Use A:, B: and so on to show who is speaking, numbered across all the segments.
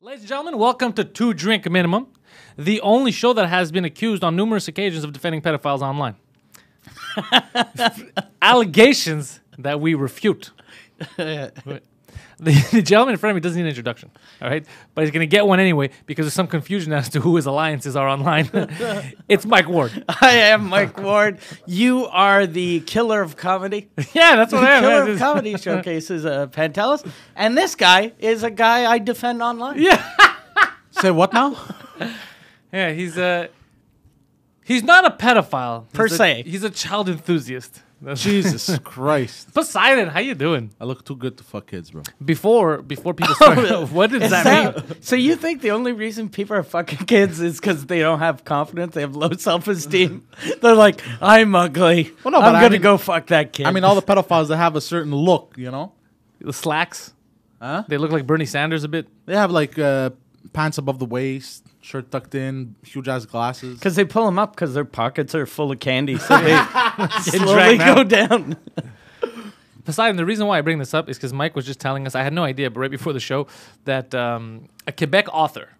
A: Ladies and gentlemen, welcome to Two Drink Minimum, the only show that has been accused on numerous occasions of defending pedophiles online. Allegations that we refute. the, the gentleman in front of me doesn't need an introduction, all right? But he's going to get one anyway because there's some confusion as to who his alliances are online. it's Mike Ward.
B: I am Mike Ward. You are the killer of comedy.
A: yeah, that's what I am.
B: Killer
A: man.
B: of comedy showcases uh, Pantelis, and this guy is a guy I defend online.
A: Yeah.
C: Say what now?
A: Yeah, he's a. He's not a pedophile
B: Per
A: He's a-
B: se.
A: He's a child enthusiast. That's-
C: Jesus Christ.
A: Poseidon, how you doing?
C: I look too good to fuck kids, bro.
A: Before before people start, what does
B: Is
A: that,
B: that-
A: mean?
B: so you think the only reason people are fucking kids is because they don't have confidence, they have low self-esteem? They're like, I'm ugly.
C: Well, no,
B: I'm
C: but I
B: gonna
C: mean-
B: go fuck that kid.
C: I mean, all the pedophiles that have a certain look, you know?
A: The slacks.
C: Huh?
A: They look like Bernie Sanders a bit.
C: They have like uh, pants above the waist, shirt tucked in, huge ass glasses.
B: because they pull them up because their pockets are full of candy, so they slowly
A: drag 'em
B: go down.
A: Poseidon, the reason why I bring this up is because Mike was just telling us, I had no idea, but right before the show, that um, a Quebec author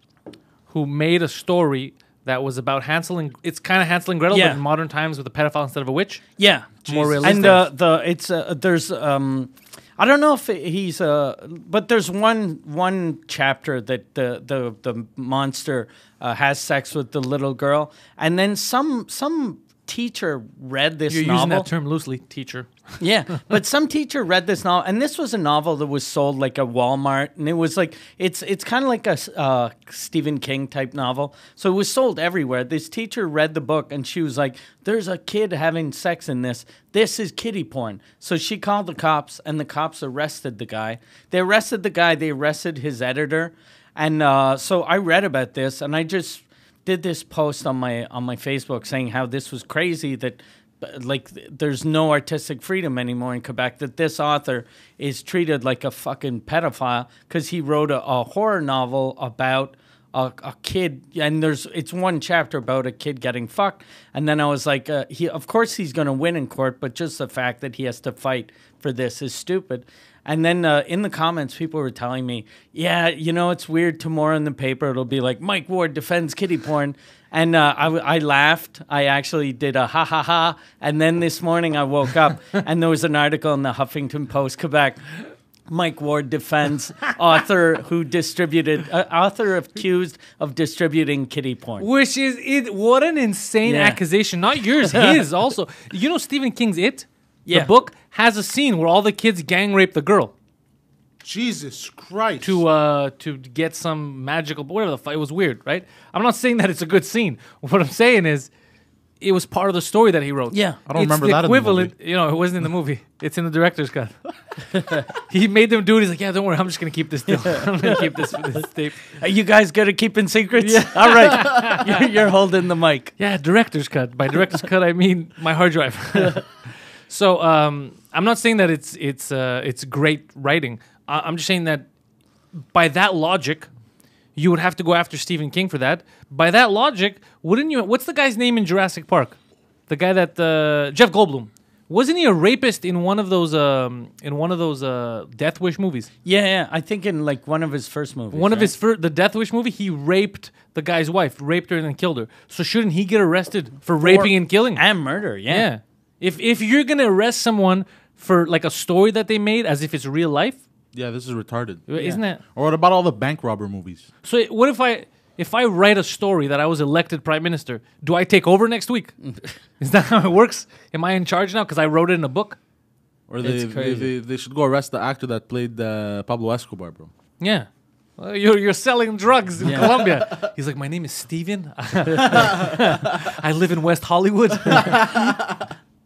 A: who made a story that was about Hansel and it's kind of Hansel and Gretel,
B: Yeah.
A: but in modern times with a pedophile instead of a witch.
B: Yeah,
A: More realistic.
B: And uh, the it's uh, there's um, I don't know if he's uh, but there's one one chapter that the the the monster uh, has sex with the little girl, and then some some teacher read this
A: You're
B: novel.
A: using that term loosely, teacher.
B: Yeah, but some teacher read this novel, and this was a novel that was sold like a Walmart, and it was like it's it's kind of like a uh, Stephen King type novel. So it was sold everywhere. This teacher read the book, and she was like, "There's a kid having sex in this. This is kiddie porn." So she called the cops, and the cops arrested the guy. They arrested the guy. They arrested his editor, and uh, so I read about this, and I just did this post on my on my Facebook saying how this was crazy that but, like th- there's no artistic freedom anymore in Quebec that this author is treated like a fucking pedophile because he wrote a, a horror novel about a, a kid and there's it's one chapter about a kid getting fucked and then I was like uh, he of course he's going to win in court but just the fact that he has to fight for this is stupid and then uh, in the comments, people were telling me, yeah, you know, it's weird. Tomorrow in the paper, it'll be like Mike Ward defends kitty porn. And uh, I, w- I laughed. I actually did a ha ha ha. And then this morning, I woke up and there was an article in the Huffington Post, Quebec. Mike Ward defends author who distributed, uh, author accused of distributing kitty porn.
A: Which is it? What an insane
B: Yeah.
A: accusation! Not yours, his also. You know Stephen King's It,
B: Yeah.
A: the book has a scene where all the kids gang rape the girl
C: Jesus Christ.
A: to uh to get some magical whatever the fuck. It was weird, right? I'm not saying that it's a good scene. What I'm saying is, it was part of the story that he wrote.
B: Yeah. I
C: don't
A: It's
C: remember
A: the
C: that in the
A: Equivalent, you know, it wasn't in the movie. It's in the director's cut. he made them do it. He's like, yeah, don't worry, I'm just gonna keep this. Deal. I'm gonna keep this for this tape.
B: Are you guys good at keeping secrets? All right. You're- you're holding the mic.
A: Yeah, director's cut. By director's cut, I mean my hard drive. so um, I'm not saying that it's it's uh, it's great writing. I- I'm just saying that by that logic, you would have to go after Stephen King for that. By that logic, wouldn't you? What's the guy's name in Jurassic Park? The guy that uh, Jeff Goldblum wasn't he a rapist in one of those um, in one of those uh, Death Wish movies?
B: Yeah, yeah. I think in like one of his first movies.
A: One of
B: right?
A: his fir- the Death Wish movie, he raped the guy's wife, raped her and then killed her. So shouldn't he get arrested for raping and killing?
B: and murder. Yeah.
A: Yeah. If if you're gonna arrest someone for like a story that they made as if it's real life,
C: yeah, this is retarded.
A: isn't it?
C: Or what about all the bank robber movies?
A: So it- what if I if I write a story that I was elected prime minister, do I take over next week? Is that how it works? Am I in charge now because I wrote it in a book?
C: Or they,
B: It's
C: they, they,
B: crazy.
C: they should go arrest the actor that played uh, Pablo Escobar, bro.
A: Yeah. Well, you're, you're selling drugs in Colombia. He's like, my name is Steven. I live in West Hollywood.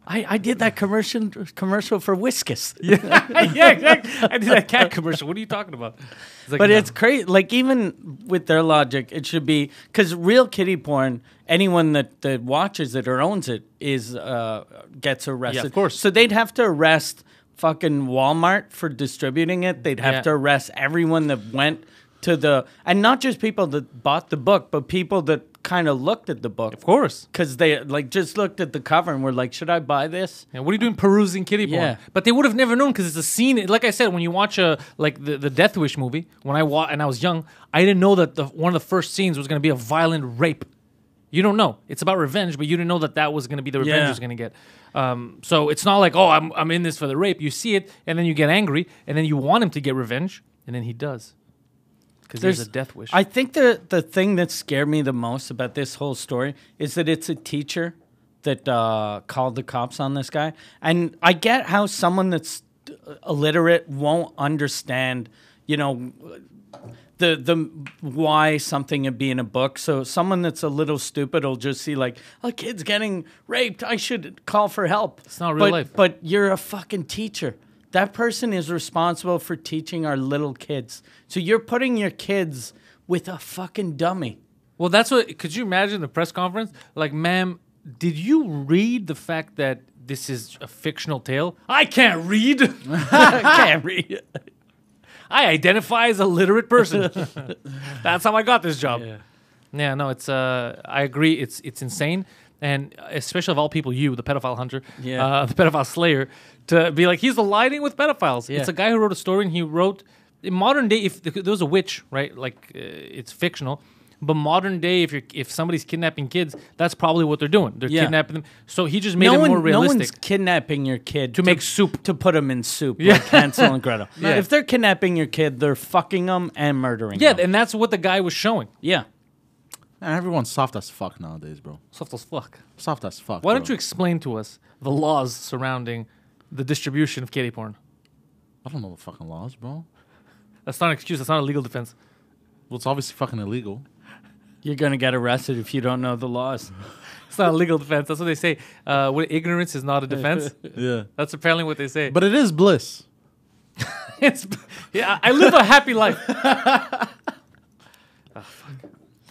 B: I, I did that commercial commercial for Whiskas.
A: yeah, exactly. I did that cat commercial. What are you talking about? He's like,
B: But
A: "No."
B: it's crazy. Like even with their logic, it should be because real kitty porn. Anyone that, that watches it or owns it is uh, gets arrested.
A: course.
B: So they'd have to arrest fucking Walmart for distributing it. They'd have
A: Yeah.
B: to arrest everyone that went to the and not just people that bought the book, but people that kind of looked at the book
A: Of course.
B: because they like just looked at the cover and were like, should I buy this?
A: Yeah, what are you doing perusing kitty porn?
B: Yeah.
A: But they would have never known because it's a scene. Like I said, when you watch a like the, the Death Wish movie, when I wa- and I was young, I didn't know that the, one of the first scenes was going to be a violent rape. You don't know. It's about revenge, but you didn't know that that was going to be the revenge
B: Yeah.
A: you was going to get. Um, so it's not like oh, I'm I'm in this for the rape. You see it, and then you get angry, and then you want him to get revenge, and then he does because there's a Death Wish.
B: I think the the thing that scared me the most about this whole story is that it's a teacher that uh, called the cops on this guy, and I get how someone that's uh, illiterate won't understand, you know, the the why something would be in a book. So someone that's a little stupid will just see like a kid's getting raped. I should call for help. It's
A: not real
B: but,
A: life.
B: But you're a fucking teacher. That person is responsible for teaching our little kids. So you're putting your kids with a fucking dummy.
A: Well, that's what. Could you imagine the press conference? Like, ma'am, did you read the fact that this is a fictional tale? I can't read.
B: Can't read.
A: I identify as a literate person. that's how I got this job. Yeah, no, it's. Uh, I agree. It's it's insane, and especially of all people, you, the pedophile hunter,
B: Yeah.
A: uh, the pedophile slayer, to be like he's aligning with pedophiles. It's
B: Yeah.
A: a guy who wrote a story, and he wrote in modern day. If there was a witch, right? Like uh, it's fictional. But modern day, if you're if somebody's kidnapping kids, that's probably what they're doing. They're
B: Yeah.
A: kidnapping them. So he just made it
B: no, one,
A: more
B: no
A: realistic.
B: one's kidnapping your kid to,
A: make soup.
B: to put them in soup yeah. like Hansel and Gretel.
A: Yeah.
B: If they're kidnapping your kid, they're fucking them and murdering.
A: yeah,
B: 'em.
A: and that's what the guy was showing.
B: yeah.
C: Man, everyone's soft as fuck nowadays, bro.
A: Soft as fuck.
C: Soft as fuck.
A: Why
C: bro.
A: don't you explain to us the laws surrounding the distribution of kitty porn?
C: I don't know the fucking laws, bro.
A: That's not an excuse. That's not a legal defense.
C: Well, it's obviously fucking illegal.
B: You're gonna get arrested if you don't know the laws.
A: It's not a legal defense. That's what they say. Uh, what, ignorance is not a defense.
C: Yeah.
A: That's apparently what they say. But
C: But it is bliss.
A: it's, yeah, I live a happy life. Ah, fuck.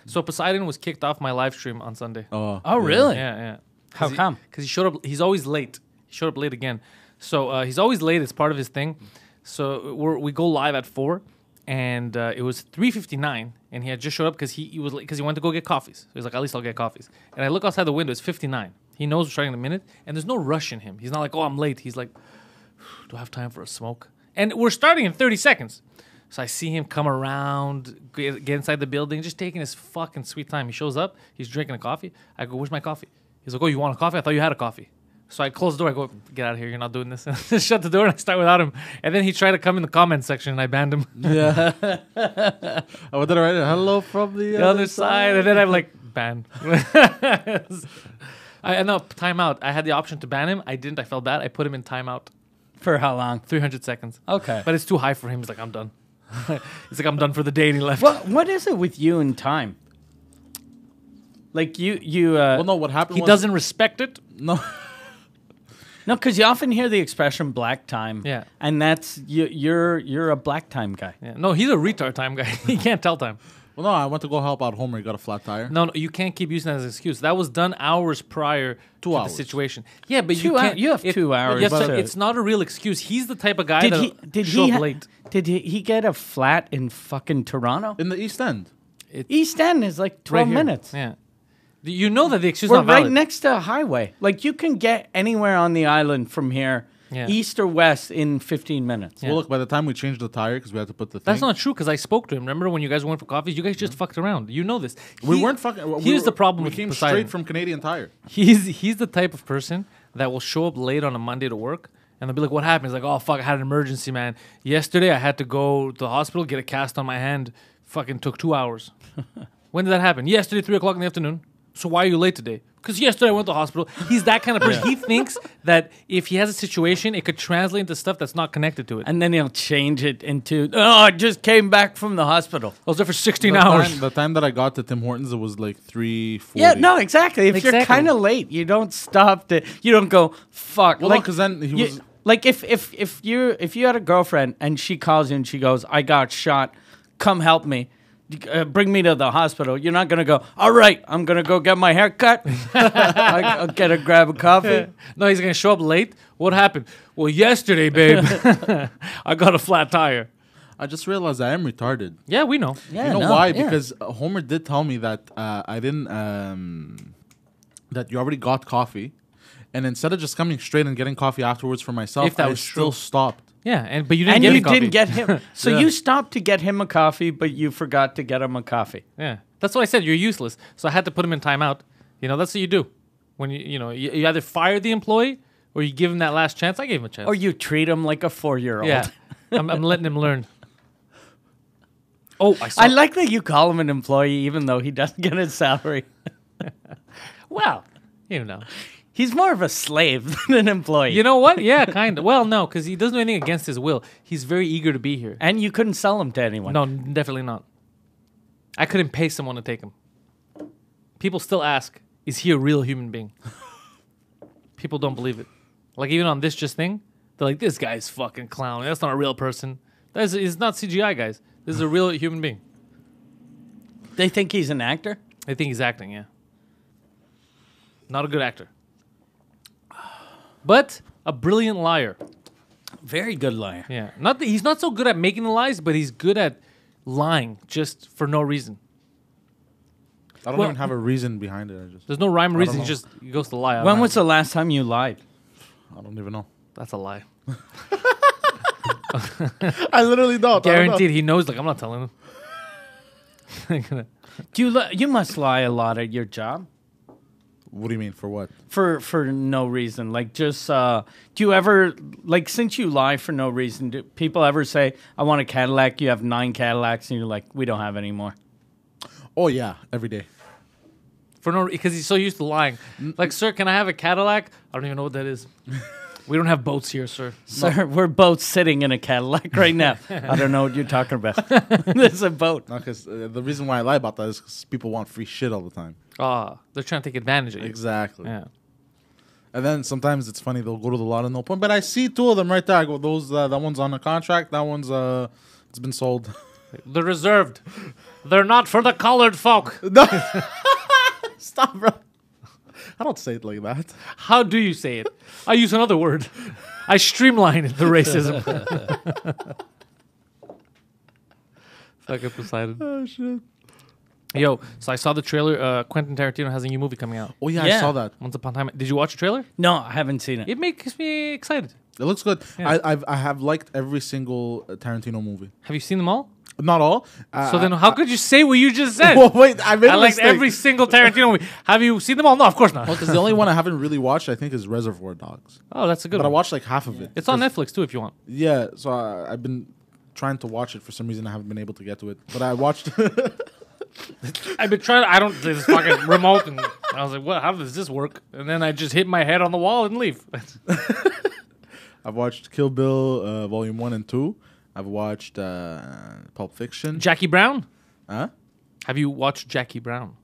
A: So Poseidon was kicked off my live stream on Sunday.
C: Oh,
B: Oh, really?
A: Yeah, yeah.
B: How come?
A: Because he showed up. He's always late. He showed up late again. So uh, he's always late. It's part of his thing. So we're, we go live at four, and uh, it was three fifty nine, and he had just showed up because he, he was because he went to go get coffees. So he's like, at least I'll get coffees. And I look outside the window. It's fifty nine. He knows we're starting in a minute, and there's no rush in him. He's not like, oh, I'm late. He's like, do I have time for a smoke? And we're starting in 30 seconds. So I see him come around, get get inside the building, just taking his fucking sweet time. He shows up, he's drinking a coffee. I go, Where's my coffee? He's like, Oh, you want a coffee? I thought you had a coffee. So I close the door. I go, Get out of here. You're not doing this. And I shut the door and I start without him. And then he tried to come in the comment section and I banned him
C: Yeah. I would write it. Hello from the,
A: the other side. And then I'm like, Ban. I no timeout. I had the option to ban him. I didn't. I felt bad. I put him in timeout.
B: For how long?
A: 300 seconds.
B: Okay.
A: But it's too high for him. He's like, I'm done. He's like, I'm done for the day, and he left.
B: What what is it with you and time? Like you you uh
C: Well, no, what happened
A: He
C: was-
A: doesn't respect it.
C: No.
B: no cuz you often hear the expression black time.
A: Yeah.
B: And that's you you're you're a black time guy.
A: Yeah. No, he's a retard time guy. he can't tell time.
C: Well, no, I went to go help out Homer. He got a flat tire.
A: No, no, you can't keep using that as an excuse. That was done hours prior to
C: hours.
A: the situation. Yeah, but you
B: Two hou-
A: can't.
B: you have two hours
A: Yes, sir,
B: to-
A: it's not a real excuse. He's the type of guy
B: Did
A: that
B: he did
A: show
B: he
A: up
B: ha-
A: late.
B: did he, he get a flat in fucking Toronto?
C: In the East End.
B: East End is like 12
A: here.
B: minutes.
A: Yeah, Do you know that the excuse
B: We're
A: not valid.
B: right next to a highway. Like you can get anywhere on the island from here
A: Yeah.
B: east or west in 15 minutes.
A: Yeah.
C: Well, look, by the time we changed the tire, because we had to put the
A: That's
C: thing.
A: not true because I spoke to him. Remember when you guys went for coffees? You guys just fucked around. You know this.
C: we
A: He-
C: weren't fucking. we
A: here's
C: were-
A: the problem
C: We
A: with
C: came
A: Poseidon.
C: straight from Canadian Tire.
A: he's he's the type of person that will show up late on a Monday to work and they'll be like, "What happened?" He's like, "Oh fuck, I had an emergency, man. Yesterday I had to go to the hospital get a cast on my hand. Fucking took two hours. when did that happen? Yesterday, three o'clock in the afternoon. So why are you late today? Because yesterday I went to the hospital. He's that kind of person. He thinks that if he has a situation, it could translate into stuff that's not connected to it.
B: And then he'll change it into, oh, I just came back from the hospital.
A: I was there for sixteen
C: The
A: hours.
C: time, the time that I got to Tim Hortons, it was like three forty.
B: Yeah, no, exactly. If you're
A: Exactly.
B: kind of late, you don't stop to, you don't go, fuck.
C: Well, no, 'cause then he
B: you-
C: was-
B: Like if, if, if, you if you had a girlfriend and she calls you and she goes, I got shot, come help me. Uh, bring me to the hospital. You're not gonna go. All right, I'm gonna go get my hair cut. I- I'll get a grab a coffee.
A: No, he's gonna show up late. What happened? Well, yesterday, babe, I got a flat tire.
C: I just realized I am retarded.
A: Yeah, we know.
B: Yeah,
C: you know
B: no,
C: why?
B: yeah.
C: Because uh, Homer did tell me that uh, I didn't. Um, that you already got coffee, and instead of just coming straight and getting coffee afterwards for myself,
A: If that
C: I
A: was
C: still
A: true.
C: stopped.
A: Yeah, and but you didn't
B: and
A: get
B: you
A: a copy.
B: didn't get him. So
C: Yeah.
B: you stopped to get him a coffee, but you forgot to get him a coffee.
A: Yeah, that's what I said. You're useless. So I had to put him in timeout. You know, that's what you do when you you know you, you either fire the employee or you give him that last chance. I gave him a chance.
B: Or you treat him like a four year old.
A: yeah, I'm, I'm letting him learn. Oh, I saw.
B: I like that you call him an employee even though he doesn't get his salary. well,
A: you know.
B: he's more of a slave than an employee.
A: You know what? Yeah, kind of. Well, no, because he doesn't do anything against his will. He's very eager to be here.
B: and you couldn't sell him to anyone.
A: No, definitely not. I couldn't pay someone to take him. People still ask, is he a real human being? People don't believe it. Like even on this just thing, they're like, this guy's fucking clown. That's not a real person. That's it's not CGI, guys. This is a real human being.
B: They think he's an actor.
A: They think he's acting, yeah. Not a good actor. But a brilliant liar.
B: Very good liar.
A: Yeah. Not that he's not so good at making the lies, but he's good at lying just for no reason.
C: I don't
A: Well-
C: even have a reason behind it. I just
A: There's no rhyme or reason. He
C: know.
A: just he goes to lie. out
B: When
A: loud.
B: was the last time you lied?
C: I don't even know.
A: That's a lie.
C: I literally don't.
A: Guaranteed, he knows. Like I'm not telling him.
B: Do you li- you must lie a lot at your job
C: What do you mean? For what?
B: for for no reason. Like just uh, do you ever like since you lie for no reason? Do people ever say, "I want a Cadillac"? You have nine Cadillacs, and you're like, "We don't have any more."
C: Oh yeah, every day.
A: For no, because he's so used to lying. Like, sir, can I have a Cadillac? I don't even know what that is. we don't have boats here, sir.
B: Sir, we're both sitting in a Cadillac right now. I don't know what you're talking about. There's a boat.
C: Not because uh, the reason why I lie about that is because people want free shit all the time.
A: Ah, they're trying to take advantage of you.
C: Exactly.
A: Yeah.
C: And then sometimes it's funny they'll go to the lot and they'll point. But I see two of them right there. I go, those uh, that one's on a contract. That one's uh, it's been sold.
A: They're reserved. They're not for the colored folk.
C: Stop, bro. I don't say it like that.
A: How do you say it? I use another word. I streamline the racism. Fucking Poseidon.
C: Oh shit.
A: Yo, so I saw the trailer. Uh, Quentin Tarantino has a new movie coming out.
C: Oh yeah,
B: Yeah.
C: I saw that.
A: Once upon a time, did you watch the trailer?
B: No, I haven't seen it.
A: It makes me excited.
C: It looks good. I I've, I have liked every single uh, Tarantino movie.
A: Have you seen them all?
C: Not all. Uh,
A: So then, how could you say what you just said?
C: Well, wait. I made
A: I
C: a
A: liked
C: mistake.
A: every single Tarantino movie. Have you seen them all? No, of course not.
C: 'Cause the only one I haven't really watched, I think, is Reservoir Dogs.
A: Oh, that's a good
C: But I
A: one.
C: watched like half of it.
A: It's on Netflix too, if you want.
C: Yeah, so I, I've been trying to watch it for some reason. I haven't been able to get to it, but I watched.
A: I've been trying. I don't this fucking remote, and I was like, "What? How does this work?" And then I just hit my head on the wall and leave.
C: I've watched Kill Bill uh, Volume One and Two. I've watched uh, Pulp Fiction.
A: Jackie Brown.
C: huh?
A: Have you watched Jackie Brown?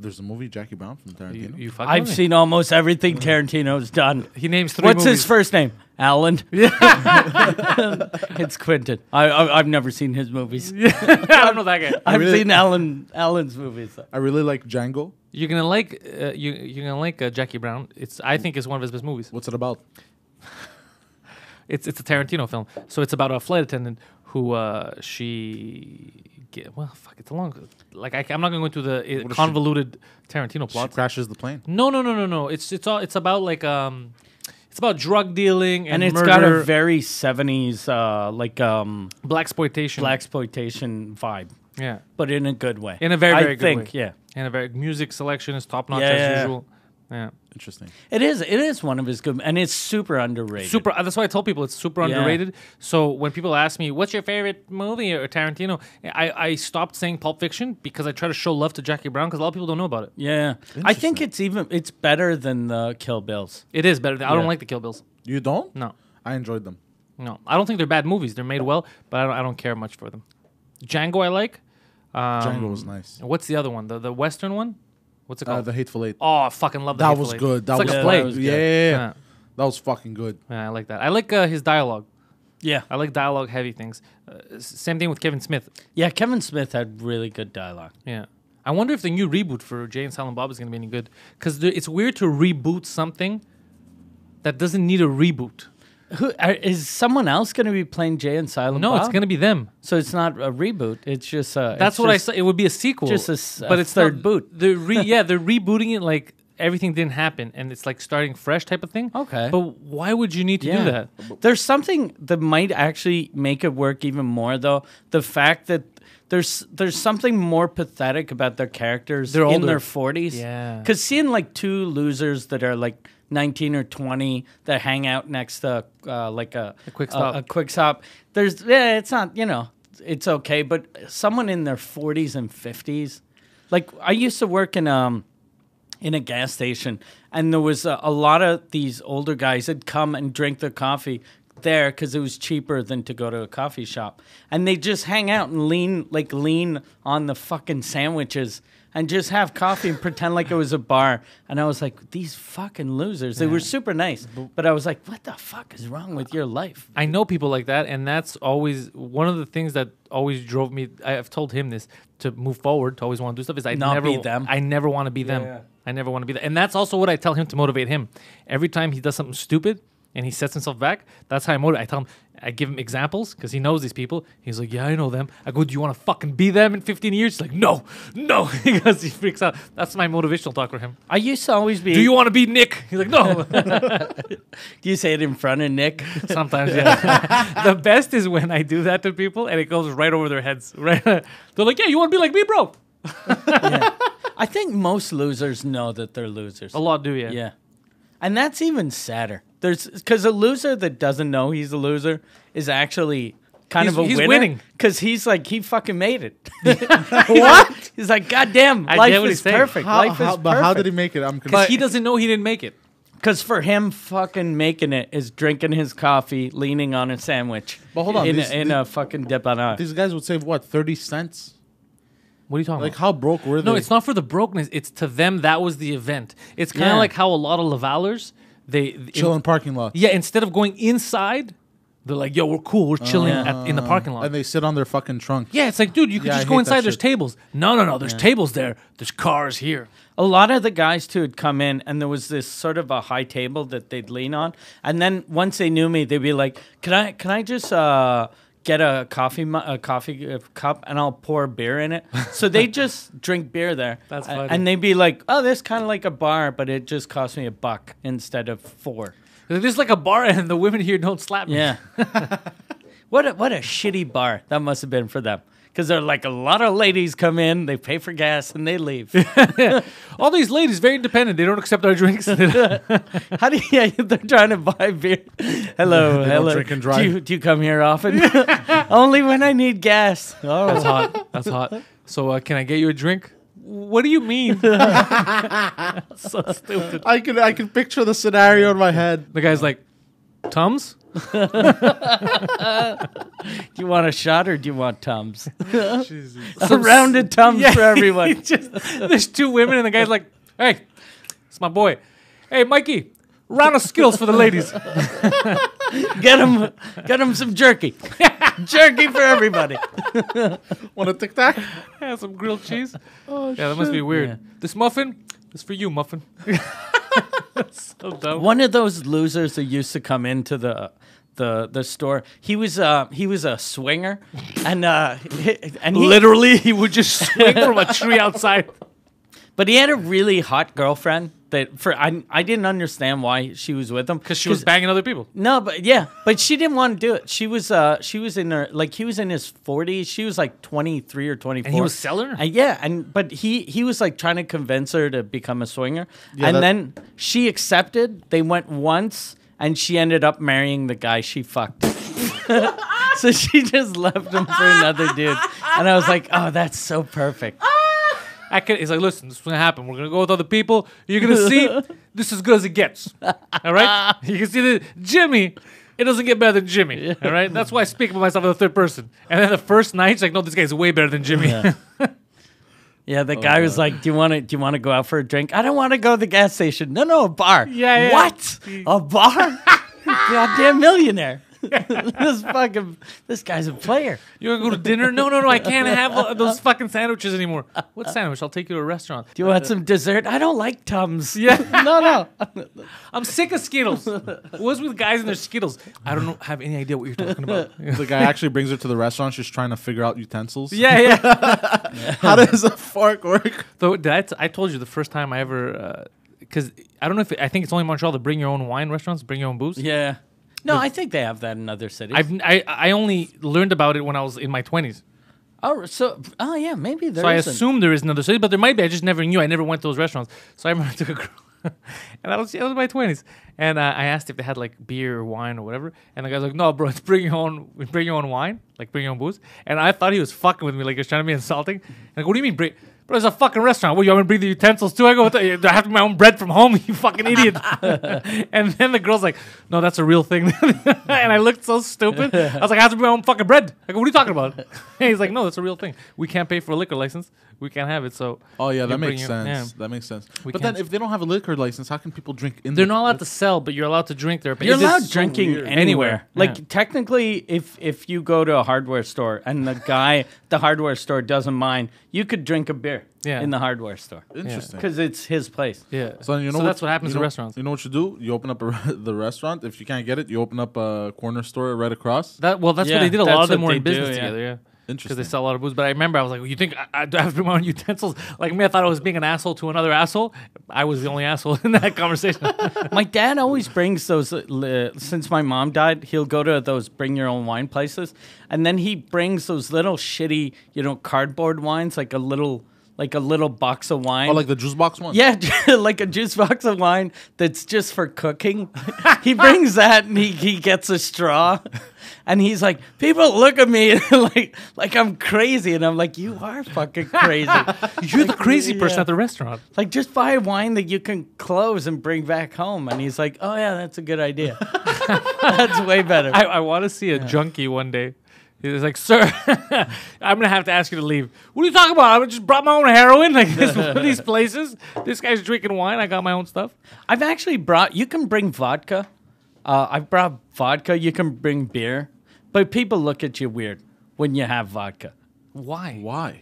C: There's a movie Jackie Brown from
A: You,
C: Tarantino.
A: you fucking.
B: I've
A: with me.
B: seen almost everything Tarantino's done.
A: He names three.
B: What's
A: movies.
B: his first name? Alan. it's Quentin. I, I I've never seen his movies.
A: I don't know that guy.
B: I've
C: really-
B: seen Alan Alan's movies. Though.
C: I really like Django.
A: You're gonna like. Uh, you you're gonna like uh, Jackie Brown. It's. I think it's one of his best movies.
C: What's it about?
A: It's it's a Tarantino film, so it's about a flight attendant who uh, she get, well fuck it's a long like I, am not going to go into the uh,
C: What if she-
A: convoluted Tarantino
C: She
A: plot.
C: crashes the plane.
A: No no no no no it's it's all it's about like um it's about drug dealing and,
B: And it's
A: murder,
B: got a very '70s uh, like um,
A: black exploitation
B: black exploitation vibe,
A: yeah
B: but in a good way.
A: in a very
B: I
A: very good
B: think,
A: way
B: Yeah,
A: and a very music selection is top notch
B: Yeah,
A: as
B: yeah, yeah.
A: usual yeah
C: Interesting.
B: it is. It is one of his good, and it's super underrated.
A: super uh, that's why I tell people it's super
B: Yeah.
A: underrated so when people ask me what's your favorite movie or Tarantino I I stopped saying Pulp Fiction because I try to show love to Jackie Brown because a lot of people don't know about it.
B: Yeah, I think it's even it's better than the Kill Bills.
A: It is better. Than, I don't
B: Yeah.
A: like the Kill Bills.
C: You don't?
A: No,
C: I enjoyed them.
A: no. I don't think they're bad movies. They're made well, but I don't, I don't care much for them. Django, I like. Um,
C: Django was nice.
A: What's the other one? The the Western one? What's it
C: Uh,
A: called?
C: the Hateful Eight.
A: oh, I fucking love
C: that
A: Hateful
C: was
A: Eight.
C: good. That
A: it's like
C: was
A: a
B: Yeah,
A: play.
B: that was good.
C: Yeah,
A: Yeah.
C: that was fucking good.
A: Yeah, I like that. I like uh, his dialogue.
B: Yeah,
A: I like dialogue heavy things. Uh, s- same thing with Kevin Smith.
B: yeah. Kevin Smith had really good dialogue.
A: Yeah. I wonder if the new reboot for Jay and Silent Bob is going to be any good because it's weird to reboot something that doesn't need a reboot.
B: Who are, is someone else going to be playing Jay and Silent
A: No,
B: Bob?
A: it's gonna be them.
B: So it's not a reboot. It's just a.
A: That's what I said. It would be a sequel,
B: just a s- a
A: but it's
B: third
A: not-
B: boot.
A: They're re- yeah, they're rebooting it like everything didn't happen, and it's like starting fresh type of thing.
B: Okay.
A: but why would you need to do that?
B: There's something that might actually make it work even more, though. The fact that there's there's something more pathetic about their characters
A: They're
B: in
A: older.
B: their forties.
A: Yeah.
B: because seeing like two losers that are like. 19 or 20 that hang out next to uh, like a, a
A: quick stop.
B: A, quick stop. There's, yeah, it's not, you know, it's okay. But someone in their 40s and 50s, like I used to work in, um, in a gas station, and there was a, a lot of these older guys that come and drink their coffee there because it was cheaper than to go to a coffee shop, and they just hang out and lean like lean on the fucking sandwiches and just have coffee and pretend like it was a bar. And I was like, these fucking losers. They were super nice, but I was like, what the fuck is wrong with your life?
A: I know people like that, and that's always one of the things that always drove me. I- I've told him this to move forward, to always want to do stuff. Is I
B: Not
A: never,
B: be them.
A: I never want to be them.
B: Yeah.
A: I never want to be that. And that's also what I tell him to motivate him. Every time he does something stupid and he sets himself back, that's how I motivate. I tell him, I give him examples because he knows these people. He's like, yeah, I know them. I go, do you want to fucking be them in 15 years? He's like, no, no, because he freaks out. That's my motivational talk for him.
B: I used to always be.
A: Do you want to be Nick? He's like, no.
B: Do you say it in front of Nick?
A: Sometimes, yeah. the best is when I do that to people and it goes right over their heads. Right? They're like, "Yeah, you want to be like me, bro?"
B: I think most losers know that they're losers.
A: A lot do, yeah.
B: Yeah. And that's even sadder. There's because a loser that doesn't know he's a loser is actually kind
A: He's-
B: of a
A: he's
B: winner.
A: winning.
B: Because he's like, he fucking made it. what? He's like, God damn,
A: I
B: life
A: get what
B: is
A: he's saying.
B: perfect.
C: How,
B: life
C: how-
B: is
C: but how did he
B: perfect.
C: make it? I'm confused.
A: Because he doesn't know he didn't make it.
B: Because for him, fucking making it is drinking his coffee, leaning on a sandwich.
C: But hold on,
B: in,
C: these-
B: a, in a fucking dip on a.
C: These guys would save what thirty cents?
A: What are you talking
C: Like
A: about?
C: how broke were they?
A: No, it's not for the brokenness. It's to them that was the event. It's kind of
B: Yeah.
A: like how a lot of Lavalers they
C: Chill in
A: in-
C: parking lot.
A: yeah, instead of going inside, they're like, "Yo, we're cool. We're chilling at, in the parking lot."
C: Uh, Um, and they sit on their fucking trunk.
A: yeah, it's like, dude, you could
C: Yeah, I
A: just go
C: hate that
A: inside. There's
C: shit.
A: tables. No, no, no. There's tables there. There's cars here.
B: a lot of the guys too would come in and there was this sort of a high table that they'd lean on and then once they knew me they'd be like can i can i just uh get a coffee mu- a coffee uh, cup and i'll pour beer in it so they just drink beer there
A: That's
B: A-
A: funny.
B: and they'd be like oh this kind of like a bar but it just cost me a buck instead of four
A: There's just like a bar, and the women here don't slap me.
B: yeah what a what a shitty bar that must have been for them because they're like a lot of ladies come in they pay for gas and they leave
A: All these ladies very independent. They don't accept our drinks.
B: How do you, yeah, they're trying to buy beer? Hello, hello.
C: drink and
B: Do you,
C: drive.
B: do you come here often? Only when I need gas. Oh, All right.
A: That's hot. That's hot. So, uh, can I get you a drink? What do you mean? so stupid.
C: I could I could picture the scenario in my head.
A: The guy's like, Tums?
B: Do you want a shot or do you want Tums?
C: Jesus.
B: a round of Tums
A: Yeah.
B: for everyone.
A: Just, there's two women, and the guy's like, Hey, it's my boy. Hey, Mikey, round of skills for the ladies.
B: Get them, some jerky. jerky for everybody.
C: Want a tic tac?
A: yeah, some grilled cheese. yeah, that must be weird. This muffin is for you, muffin. so dumb.
B: One of those losers that used to come into the the the store. He was uh he was a swinger, and uh he- and he,
A: Literally, he would just swing from a tree outside.
B: But he had a really hot girlfriend that for I I didn't understand why she was with him
A: Because she was banging other people.
B: no, but yeah, but she didn't want to do it. She was uh she was in her like he was in his 40s. She was like 23 or 24.
A: And he was selling her?
B: And yeah, and but he he was like trying to convince her to become a swinger. and
C: that-
B: then she accepted. They went once and she ended up marrying the guy she fucked. so she just left him for another dude. And I was like, "Oh, that's so perfect."
A: I can, he's like, listen, this is gonna happen. We're gonna go with other people. You're gonna see this is as good as it gets. All right, you can see that Jimmy. It doesn't get better than Jimmy. All right, that's why I speak about myself in the third person. And then the first night, she's like, no, this guy's way better than Jimmy.
B: Yeah, the guy was like, "Do you want to? Do you want to go out for a drink?" I don't want to go to the gas station. No, no, a bar.
A: Yeah, yeah.
B: What? A bar? Goddamn millionaire. this fucking this guy's a player.
A: You want to go to dinner? No, no, no. I can't have all those fucking sandwiches anymore. What sandwich? I'll take you to a restaurant.
B: Do you want some dessert? I don't like Tums.
A: Yeah.
B: no, no.
A: I'm sick of Skittles. What's with guys and their Skittles? I don't know, have any idea what you're talking about.
C: The guy actually brings her to the restaurant. She's trying to figure out utensils.
A: yeah, yeah.
C: How does a fork work?
A: Though that's, I told you the first time I ever, because I don't know if it, I think it's only Montreal that bring your own wine restaurants, bring your own booze.
B: Yeah. No, I think they have that in other cities.
A: I've, I I only learned about it when I was in my twenties.
B: oh, so oh yeah, maybe there
A: So I
B: isn't.
A: assume there is another city, but there might be. I just never knew. I never went to those restaurants. So I remember I took a girl, and I was I was in my twenties, and uh, I asked if they had like beer or wine or whatever, and the guy's like, "No, bro, it's bring your own, bring your own wine, like bring your own booze." And I thought he was fucking with me, like he was trying to be insulting. Like, what do you mean, bring? Bro, it's a fucking restaurant. What, you want me to bring the utensils too? I go, "What the- do I have to make my own bread from home? You fucking idiot. and then the girl's like, no, that's a real thing. and I looked so stupid. I was like, I have to bring my own fucking bread. I go, what are you talking about? And he's like, no, that's a real thing. We can't pay for a liquor license. We can't have it. So
C: Oh yeah,
A: you
C: that
A: bring
C: makes
A: your-
C: sense.
A: yeah.
C: That makes sense.
A: We
C: but then,
A: can't-
C: if they don't have a liquor license, how can people drink in?
A: They're
C: the-
A: not allowed to sell, but you're allowed to drink there. But
B: You're
A: it's just
B: allowed
A: so
B: drinking
A: weird.
B: anywhere. Like technically, if if you go to a hardware store and the guy at the hardware store doesn't mind, you could drink a beer
A: Yeah.
B: in the hardware store
C: Interesting.
B: because it's his place.
A: Yeah.
C: So then you know
A: that's what happens
C: you know,
A: to restaurants.
C: You know what you do? You open up a, re- the restaurant. If you can't get it, you open up a corner store right across.
A: That well, that's
B: Yeah,
A: what they did. A lot
B: that's
A: of them
B: what
A: were in
B: they do,
A: business
B: yeah.
A: together, yeah. Because they
C: Interesting.
A: sell a lot of booze. But I remember I was like, "You think I, I do I have to bring my own utensils?" Like me, I thought I was being an asshole to another asshole. I was the only asshole in that conversation.
B: My dad always brings those. uh, li- Since my mom died, he'll go to those bring your own wine places, and then he brings those little shitty, you know, cardboard wines, like a little, like a little box of wine.
C: oh, like the juice box one.
B: yeah, like a juice box of wine that's just for cooking. he brings that and he, he gets a straw, and he's like, people look at me like like I'm crazy, and I'm like, you are fucking crazy.
A: You're the crazy person
B: Yeah.
A: at the restaurant.
B: Like, just buy wine that you can close and bring back home. And he's like, oh, yeah, that's a good idea. that's way better.
A: I, I want to see a junkie one day. He's like, "Sir, I'm gonna have to ask you to leave." What are you talking about? I just brought my own heroin. Like this, one of these places. This guy's drinking wine. I got my own stuff.
B: I've actually brought, you can bring vodka. Uh, I've brought vodka. You can bring beer. But people look at you weird when you have vodka.
A: Why?
C: Why?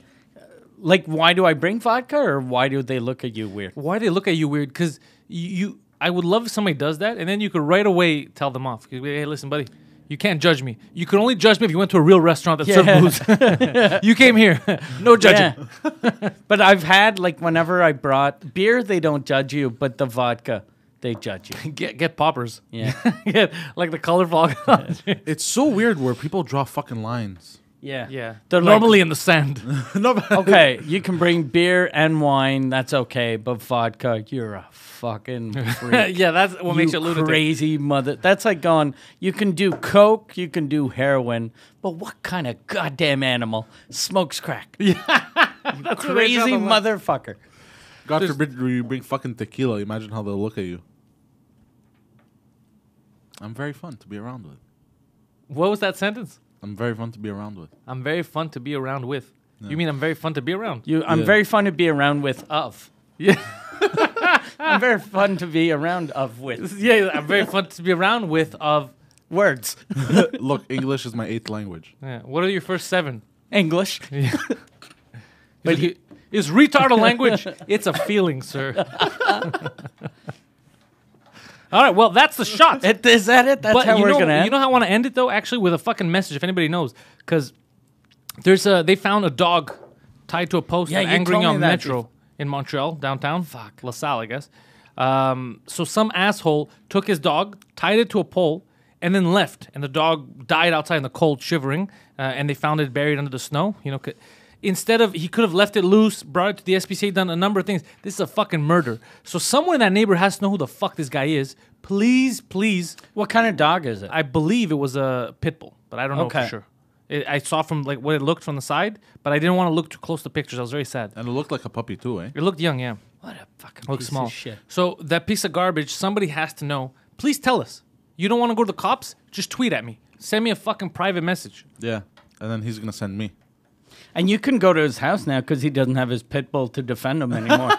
B: Like, why do I bring vodka or why do they look at you weird?
A: why they look at you weird because you i would love if somebody does that and then you could right away tell them off You could be, hey listen buddy you can't judge me you can only judge me if you went to a real restaurant that
B: Yeah.
A: served booze you came here no judging
B: Yeah. but I've had, like, whenever I brought beer, they don't judge you, but the vodka, they judge you.
A: get get poppers
B: Yeah.
A: Get- like the colorful
C: It's so weird where people draw fucking lines.
B: yeah.
A: yeah
B: They're like-
A: normally in the sand
C: no, but
A: Oh,
B: okay, you can bring beer and wine. That's okay, but vodka, you're a fucking freak.
A: yeah that's what makes you
B: you
A: a lunatic
B: crazy mother. That's like going. You can do coke, you can do heroin, but what kind of goddamn animal smokes crack? Yeah,
A: what they tell
B: crazy
A: them.
B: motherfucker.
C: God forbid you bring fucking tequila. Imagine how they'll look at you. I'm very fun to be around with.
A: what was that sentence
C: I'm very fun to be around with.
A: i'm very fun to be around with you mean i'm very fun to be around
B: You, I'm
C: Yeah.
B: very fun to be around with. Of,
A: yeah
B: I'm very fun to be around of with
A: yeah i'm very fun to be around with of
B: words.
C: Look, English is my eighth language.
A: yeah. what are your first seven
B: English.
A: But he, is retard a language? it's a feeling, sir. All right, well, that's the shot.
B: It, is that it? That's
A: but
B: how
A: you
B: we're
A: know,
B: gonna end.
A: you know how I want to end it though, actually, with a fucking message. If anybody knows, because there's a they found a dog tied to a post
B: Yeah,
A: and
B: you
A: angering
B: told
A: a
B: me that
A: metro in Montreal downtown. Fuck, LaSalle, I guess. Um, so some asshole took his dog, tied it to a pole, and then left. And the dog died outside in the cold, shivering. Uh, and they found it buried under the snow. You know, c- instead of he could have left it loose, brought it to the SPCA, done a number of things. This is a fucking murder. So someone in that neighborhood has to know who the fuck this guy is. Please, please
B: what kind of dog is it?
A: I believe it was a pit bull, but I don't know
B: Okay.
A: for sure. It, I saw from like what it looked from the side, but I didn't want to look too close to pictures. I was very sad.
C: And it looked like a puppy too, eh?
A: It looked young, yeah.
B: what a fucking
A: It looked
B: Oh. piece
A: small.
B: of shit.
A: So that piece of garbage, somebody has to know. Please tell us. You don't want to go to the cops? Just tweet at me. Send me a fucking private message.
C: Yeah. And then he's gonna send me.
B: And you can go to his house now because he doesn't have his pit bull to defend him anymore.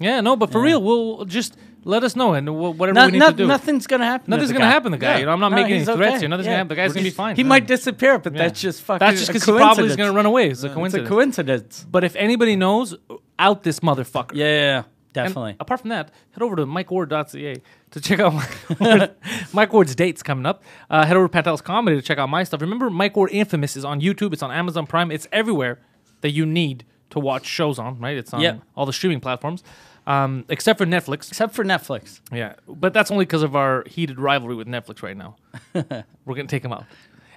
A: Yeah, no, but for real, we'll we'll just let us know and wh- whatever
B: No-
A: we need
B: no-
A: to do.
B: nothing's gonna happen.
A: Nothing's
B: to the
A: gonna
B: guy.
A: happen to the guy. You know, I'm not making any
B: he's
A: threats here. Nothing's
B: Yeah.
A: gonna happen. The guy's gonna be fine.
B: He
A: Yeah.
B: might disappear, but
A: Yeah.
B: that's just fucking.
A: That's just
B: a
A: because he probably is
B: coincidence.
A: gonna run away. It's a
B: It's a
A: coincidence.
B: coincidence.
A: but if anybody knows, out this motherfucker.
B: Yeah, yeah, yeah,
A: And
B: definitely.
A: apart from that, head over to mikeward.ca to check out Mike, Ward, Mike Ward's dates coming up. Uh, head over to Patel's Comedy to check out my stuff. Remember, Mike Ward Infamous is on YouTube. It's on Amazon Prime. It's everywhere that you need to watch shows on. Right? It's on
B: Yep.
A: all the streaming platforms, um, except for Netflix.
B: Except for Netflix.
A: Yeah, but that's only because of our heated rivalry with Netflix right now. We're gonna take him out.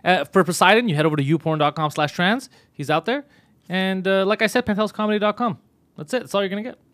A: Uh, for Poseidon, you head over to youporn.com/trans. He's out there, and uh, like I said, penthousecomedycom That's it. That's all you're gonna get.